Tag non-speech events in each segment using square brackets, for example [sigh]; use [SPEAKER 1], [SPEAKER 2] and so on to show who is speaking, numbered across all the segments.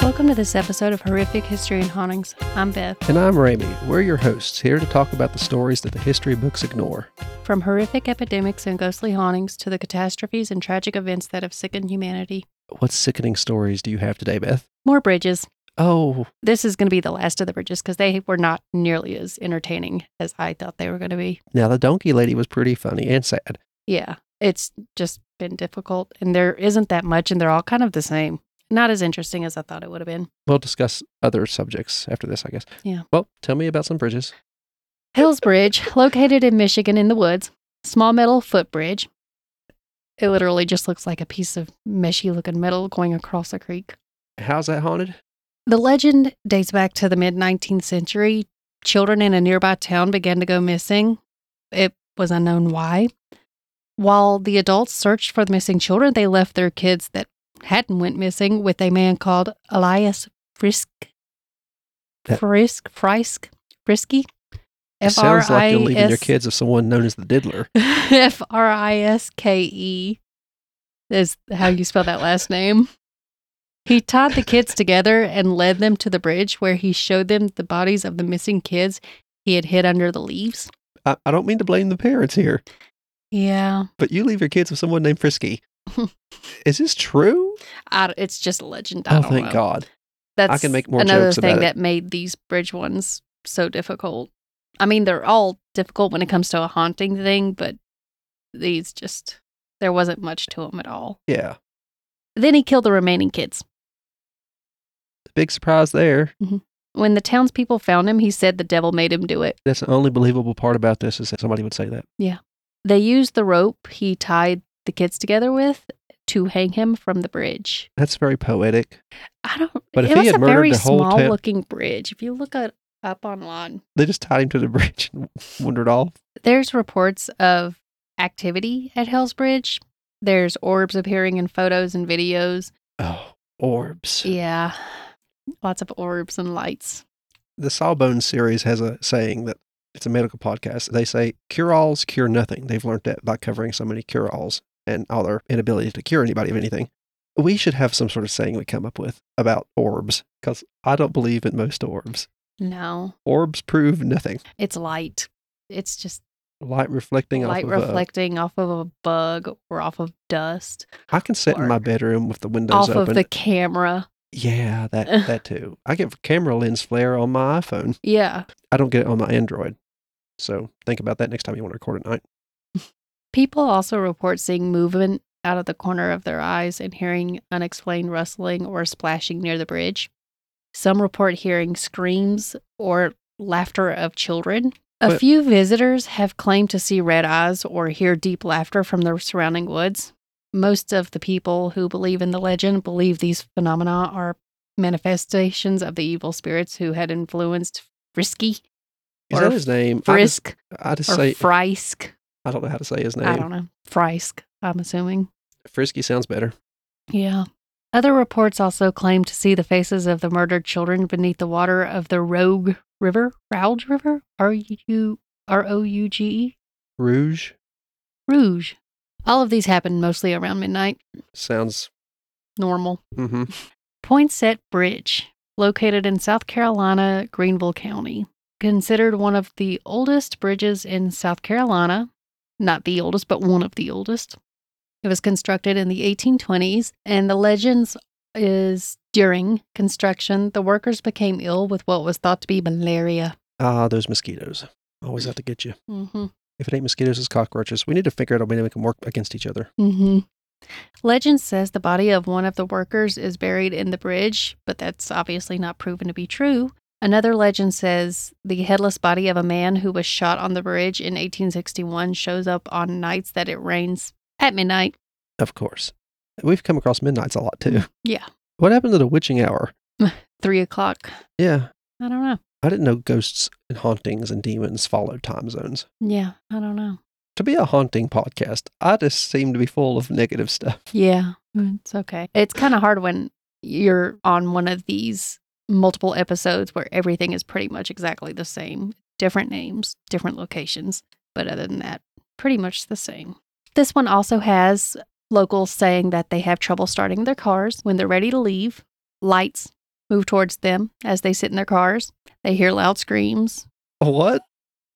[SPEAKER 1] Welcome to this episode of Horrific History and Hauntings. I'm Beth.
[SPEAKER 2] And I'm Ramey. We're your hosts, here to talk about the stories that the history books ignore.
[SPEAKER 1] From horrific epidemics and ghostly hauntings to the catastrophes and tragic events that have sickened humanity.
[SPEAKER 2] What sickening stories do you have today, Beth?
[SPEAKER 1] More bridges.
[SPEAKER 2] Oh,
[SPEAKER 1] This is going to be the last of the bridges because they were not nearly as entertaining as I thought they were going to be.
[SPEAKER 2] now the donkey lady was pretty funny and sad.
[SPEAKER 1] Yeah, it's just been difficult and there isn't that much and they're all kind of the same. Not as interesting as I thought it would have been.
[SPEAKER 2] We'll discuss other subjects after this, I guess.
[SPEAKER 1] Yeah.
[SPEAKER 2] Well, tell me about some bridges.
[SPEAKER 1] Hill's Bridge, located in Michigan in the woods, small metal footbridge. It literally just looks like a piece of meshy looking metal going across a creek.
[SPEAKER 2] How's that haunted?
[SPEAKER 1] The legend dates back to the mid 19th century. Children in a nearby town began to go missing. It was unknown why. While the adults searched for the missing children, they left their kids that hadn't went missing with a man called Elias Frisk.
[SPEAKER 2] That-
[SPEAKER 1] Frisk, Frisk, Frisky.
[SPEAKER 2] It sounds like you're
[SPEAKER 1] E.
[SPEAKER 2] leaving your kids with someone known as the diddler.
[SPEAKER 1] F R I S K E is how you spell that last name. He tied the kids together and led them to the bridge where he showed them the bodies of the missing kids he had hid under the leaves.
[SPEAKER 2] I, I don't mean to blame the parents here,
[SPEAKER 1] Yeah.
[SPEAKER 2] but you leave your kids with someone named
[SPEAKER 1] [laughs]
[SPEAKER 2] Frisky. Is this true?
[SPEAKER 1] I, it's just a legend. I
[SPEAKER 2] Oh,
[SPEAKER 1] don't
[SPEAKER 2] thank
[SPEAKER 1] know.
[SPEAKER 2] God.
[SPEAKER 1] That's
[SPEAKER 2] can make more
[SPEAKER 1] another
[SPEAKER 2] jokes
[SPEAKER 1] thing
[SPEAKER 2] about
[SPEAKER 1] that
[SPEAKER 2] it.
[SPEAKER 1] made these bridge ones so difficult. I mean, they're all difficult when it comes to a haunting thing, but these just, there wasn't much to them at all.
[SPEAKER 2] Yeah.
[SPEAKER 1] Then he killed the remaining kids.
[SPEAKER 2] Big surprise there.
[SPEAKER 1] When the townspeople found him, he said the devil made him do it.
[SPEAKER 2] That's the only believable part about this is that somebody would say that.
[SPEAKER 1] They used the rope he tied the kids together with to hang him from the bridge.
[SPEAKER 2] That's very poetic.
[SPEAKER 1] I don't.
[SPEAKER 2] But if
[SPEAKER 1] it
[SPEAKER 2] he
[SPEAKER 1] was
[SPEAKER 2] had
[SPEAKER 1] a
[SPEAKER 2] murdered
[SPEAKER 1] very
[SPEAKER 2] the whole town-
[SPEAKER 1] small looking bridge. If you look it up online,
[SPEAKER 2] they just tied him to the bridge and wandered off.
[SPEAKER 1] there's reports of activity at Hell's Bridge. There's orbs appearing in photos and videos.
[SPEAKER 2] Oh, orbs.
[SPEAKER 1] Yeah, lots of orbs and lights.
[SPEAKER 2] The Sawbones series has a saying that it's a medical podcast. They say cure alls cure nothing. They've learned that by covering so many cure alls and all their inability to cure anybody of anything. We should have some sort of saying we come up with about orbs because I don't believe in most orbs.
[SPEAKER 1] No,
[SPEAKER 2] Orbs prove nothing.
[SPEAKER 1] it's light. It's just
[SPEAKER 2] Light reflecting
[SPEAKER 1] light
[SPEAKER 2] off of a-
[SPEAKER 1] reflecting off of a bug or off of dust.
[SPEAKER 2] I can sit in my
[SPEAKER 1] Or-
[SPEAKER 2] bedroom with the windows
[SPEAKER 1] off
[SPEAKER 2] open.
[SPEAKER 1] of the camera.
[SPEAKER 2] yeah,
[SPEAKER 1] [laughs]
[SPEAKER 2] that that too. I get camera lens flare on my iPhone.
[SPEAKER 1] Yeah.
[SPEAKER 2] I don't get it on my Android. So think about that next time you want to record at night.
[SPEAKER 1] People also report seeing movement out of the corner of their eyes and hearing unexplained rustling or splashing near the bridge. Some report hearing screams or laughter of children. A
[SPEAKER 2] But-
[SPEAKER 1] few visitors have claimed to see red eyes or hear deep laughter from the surrounding woods. Most of the people who believe in the legend believe these phenomena are manifestations of the evil spirits who had influenced Frisky,
[SPEAKER 2] Is
[SPEAKER 1] Or
[SPEAKER 2] that his name? I just,
[SPEAKER 1] Frisk,
[SPEAKER 2] I just
[SPEAKER 1] or
[SPEAKER 2] say
[SPEAKER 1] Frisk.
[SPEAKER 2] I don't know how to say his
[SPEAKER 1] I
[SPEAKER 2] name.
[SPEAKER 1] don't know. Frisk, I'm assuming.
[SPEAKER 2] Frisky sounds better.
[SPEAKER 1] Yeah. Other reports also claim to see the faces of the murdered children beneath the water of the Rogue River, Rouge River, R U R O U G E,
[SPEAKER 2] Rouge
[SPEAKER 1] Rouge. All of these happen mostly around midnight,
[SPEAKER 2] sounds.
[SPEAKER 1] normal.
[SPEAKER 2] hmm
[SPEAKER 1] Poinsett Bridge, located in South Carolina, Greenville County. Considered one of the oldest bridges in South Carolina, not the oldest, but one of the oldest. It was constructed in the 1820s, and the legends is during construction, the workers became ill with what was thought to be malaria.
[SPEAKER 2] Ah, those mosquitoes always have to get you.
[SPEAKER 1] Mm-hmm.
[SPEAKER 2] If it ain't mosquitoes, it's cockroaches. We need to figure out a way to make them work against each other.
[SPEAKER 1] Mm-hmm. Legend says the body of one of the workers is buried in the bridge, but that's obviously not proven to be true. Another legend says the headless body of a man who was shot on the bridge in 1861 shows up on nights that it rains at midnight.
[SPEAKER 2] Of course, we've come across midnights a lot too.
[SPEAKER 1] Yeah,
[SPEAKER 2] What happened to the witching hour?
[SPEAKER 1] three o'clock.
[SPEAKER 2] Yeah,
[SPEAKER 1] I don't know.
[SPEAKER 2] I didn't know ghosts and hauntings and demons followed time zones.
[SPEAKER 1] Yeah, I don't know.
[SPEAKER 2] To be a haunting podcast, I just seem to be full of negative stuff.
[SPEAKER 1] Yeah, Mm, it's okay. It's kind of hard when you're on one of these multiple episodes where everything is pretty much exactly the same, different names, different locations, but other than that, pretty much the same. This one also has locals saying that they have trouble starting their cars when they're ready to leave, lights, move towards them as they sit in their cars. They hear loud screams.
[SPEAKER 2] What?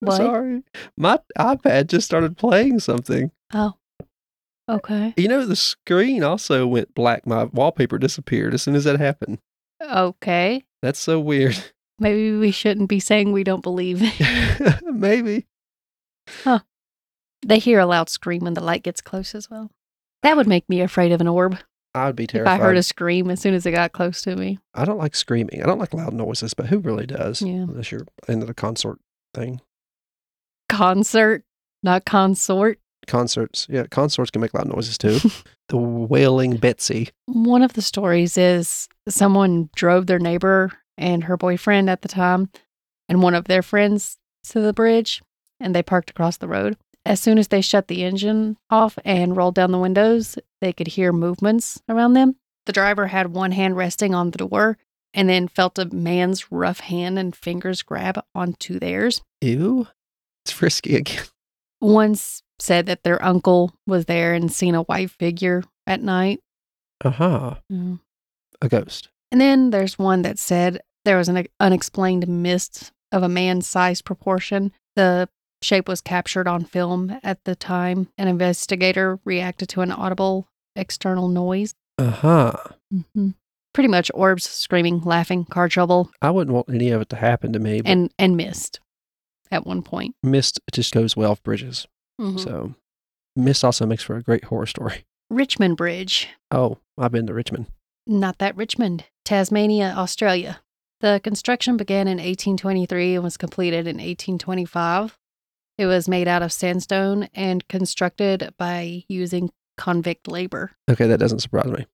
[SPEAKER 1] What?
[SPEAKER 2] Sorry. My iPad just started playing something.
[SPEAKER 1] Oh, okay.
[SPEAKER 2] You know, the screen also went black. My wallpaper disappeared as soon as that happened.
[SPEAKER 1] Okay.
[SPEAKER 2] That's so weird. [laughs]
[SPEAKER 1] Maybe we shouldn't be saying we don't believe.
[SPEAKER 2] Maybe.
[SPEAKER 1] they hear a loud scream when the light gets close as well. That would make me afraid of an orb
[SPEAKER 2] I'd be
[SPEAKER 1] if
[SPEAKER 2] terrified.
[SPEAKER 1] I
[SPEAKER 2] I,
[SPEAKER 1] heard a scream as soon as it got close to me.
[SPEAKER 2] don't like screaming. I don't like loud noises, but who really does?
[SPEAKER 1] Yeah.
[SPEAKER 2] Unless you're into the concert thing.
[SPEAKER 1] Concert, not consort.
[SPEAKER 2] Concerts. Yeah, concerts can make loud
[SPEAKER 1] [laughs]
[SPEAKER 2] noises too. the wailing Betsy.
[SPEAKER 1] One of the stories is someone drove their neighbor and her boyfriend at the time and one of their friends to the bridge and they parked across the road. As soon as they shut the engine off and rolled down the windows, they could hear movements around them. The driver had one hand resting on the door and then felt a man's rough hand and fingers grab onto theirs.
[SPEAKER 2] Ew. It's frisky again.
[SPEAKER 1] Once said that their uncle was there and seen a white figure at night.
[SPEAKER 2] Uh
[SPEAKER 1] Uh-huh.
[SPEAKER 2] huh. A ghost.
[SPEAKER 1] And then there's one that said there was an unexplained mist of a man sized proportion. The shape was captured on film at the time. An investigator reacted to an audible external noise.
[SPEAKER 2] Uh huh.
[SPEAKER 1] Mm-hmm. Pretty much orbs screaming, laughing, car trouble,
[SPEAKER 2] I wouldn't want any of it to happen to me, but
[SPEAKER 1] and, and mist at one point.
[SPEAKER 2] mist just goes well with bridges.
[SPEAKER 1] Mm-hmm.
[SPEAKER 2] So mist also makes for a great horror story. [laughs]
[SPEAKER 1] Richmond Bridge.
[SPEAKER 2] Oh, I've been to Richmond.
[SPEAKER 1] Not that Richmond, Tasmania, Australia. The construction began in 1823 and was completed in 1825. It was made out of sandstone and constructed by using convict labor.
[SPEAKER 2] Okay, that doesn't surprise me.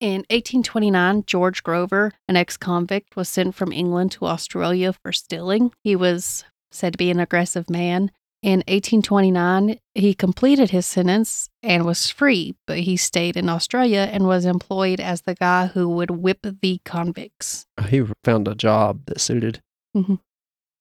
[SPEAKER 1] In 1829, George Grover, an ex convict, was sent from England to Australia for stealing. He was said to be an aggressive man. In 1829, he completed his sentence and was free, but he stayed in Australia and was employed as the guy who would whip the convicts.
[SPEAKER 2] Uh, He found a job that suited.
[SPEAKER 1] Mhm.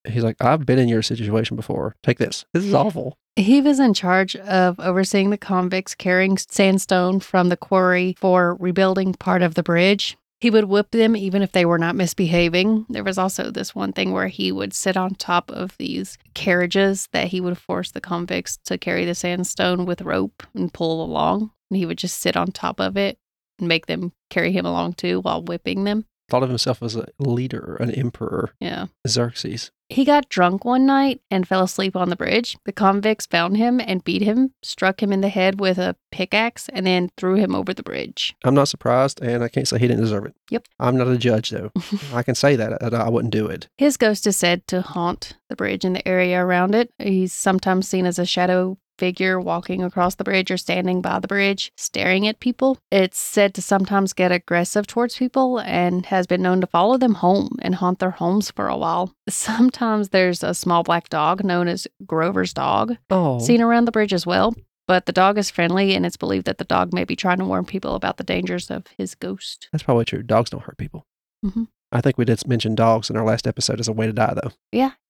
[SPEAKER 2] He's like, I've been in your situation before. Take this. This is awful.
[SPEAKER 1] He was in charge of overseeing the convicts carrying sandstone from the quarry for rebuilding part of the bridge. He would whip them even if they were not misbehaving. There was also this one thing where he would sit on top of these carriages that he would force the convicts to carry the sandstone with rope and pull along. And he would just sit on top of it and make them carry him along too while whipping them.
[SPEAKER 2] Thought of himself as a leader, an emperor,
[SPEAKER 1] Yeah.
[SPEAKER 2] Xerxes.
[SPEAKER 1] He got drunk one night and fell asleep on the bridge. The convicts found him and beat him, struck him in the head with a pickaxe, and then threw him over the bridge.
[SPEAKER 2] I'm not surprised, and I can't say he didn't deserve it.
[SPEAKER 1] Yep.
[SPEAKER 2] I'm not a judge, though. I can say that, that I wouldn't do it.
[SPEAKER 1] His ghost is said to haunt the bridge and the area around it. He's sometimes seen as a shadow figure walking across the bridge or standing by the bridge, staring at people. It's said to sometimes get aggressive towards people and has been known to follow them home and haunt their homes for a while. [laughs] Sometimes there's a small black dog known as Grover's dog
[SPEAKER 2] Oh,
[SPEAKER 1] seen around the bridge as well. But the dog is friendly, and it's believed that the dog may be trying to warn people about the dangers of his ghost.
[SPEAKER 2] that's probably true. Dogs don't hurt people.
[SPEAKER 1] Mhm.
[SPEAKER 2] I think we did mention dogs in our last episode as a way to die, though.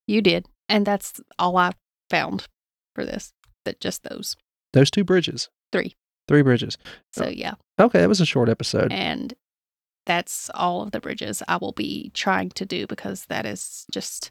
[SPEAKER 1] You did. And that's all I found for this. That just those.
[SPEAKER 2] Those two bridges.
[SPEAKER 1] Three.
[SPEAKER 2] Three bridges.
[SPEAKER 1] So yeah.
[SPEAKER 2] Okay, that was a short episode.
[SPEAKER 1] And that's all of the bridges I will be trying to do because that is just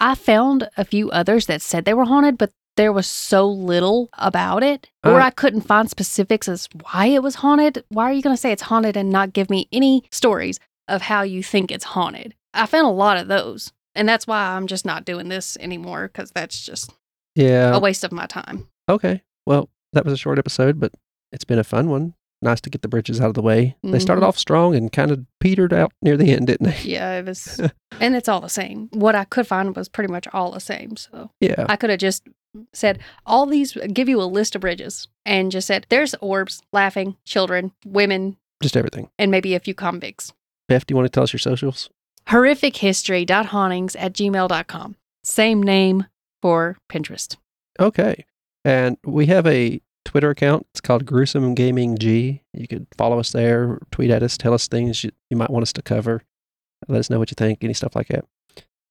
[SPEAKER 1] I found a few others that said they were haunted, but there was so little about it, or
[SPEAKER 2] Uh,
[SPEAKER 1] I couldn't find specifics as why it was haunted. Why are you going to say it's haunted and not give me any stories of how you think it's haunted? I found a lot of those, and that's why I'm just not doing this anymore because that's just
[SPEAKER 2] yeah.
[SPEAKER 1] a waste of my time.
[SPEAKER 2] Okay. Well, that was a short episode, but it's been a fun one. Nice to get the bridges out of the way. They started
[SPEAKER 1] Mhm.
[SPEAKER 2] off strong and kind of petered out near the end, didn't they? [laughs]
[SPEAKER 1] Yeah, it was, and it's all the same. What I could find was pretty much all the same. So.
[SPEAKER 2] Yeah.
[SPEAKER 1] I could have just said all these give you a list of bridges and just said there's orbs, laughing, children, women,
[SPEAKER 2] Just everything.
[SPEAKER 1] and maybe a few convicts.
[SPEAKER 2] Beth, do you want to tell us your socials?
[SPEAKER 1] Horrifichistory.hauntings at gmail.com. Same name for Pinterest.
[SPEAKER 2] Okay. And we have a Twitter account. It's called Gruesome Gaming G. You could follow us there, tweet at us, tell us things you, you might want us to cover. Let us know what you think, any stuff like that.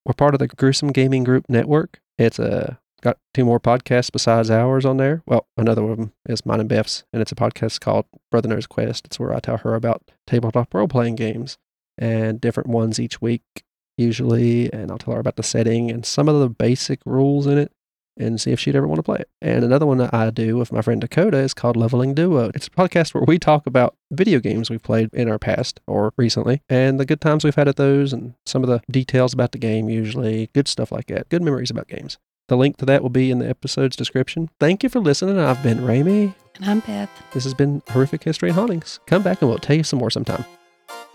[SPEAKER 2] We're part of the Gruesome Gaming Group Network. It's uh got two more podcasts besides ours on there. Well, another one of them is mine and Beth's, and it's a podcast called Brother Knows Quest. It's where I tell her about tabletop role playing games. and different ones each week, usually. And I'll tell her about the setting and some of the basic rules in it and see if she'd ever want to play it. And another one that I do with my friend Dakota is called Leveling Duo. It's a podcast where we talk about video games we've played in our past or recently and the good times we've had at those and some of the details about the game, usually good stuff like that, good memories about games. The link to that will be in the episode's description. Thank you for listening. I've been Ramey.
[SPEAKER 1] And I'm Beth.
[SPEAKER 2] This has been Horrific History and Hauntings. Come back and we'll tell you some more sometime.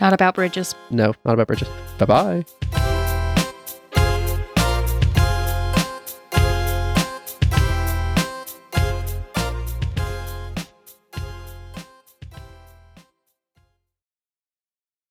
[SPEAKER 1] Not about bridges.
[SPEAKER 2] No, not about bridges. Bye bye.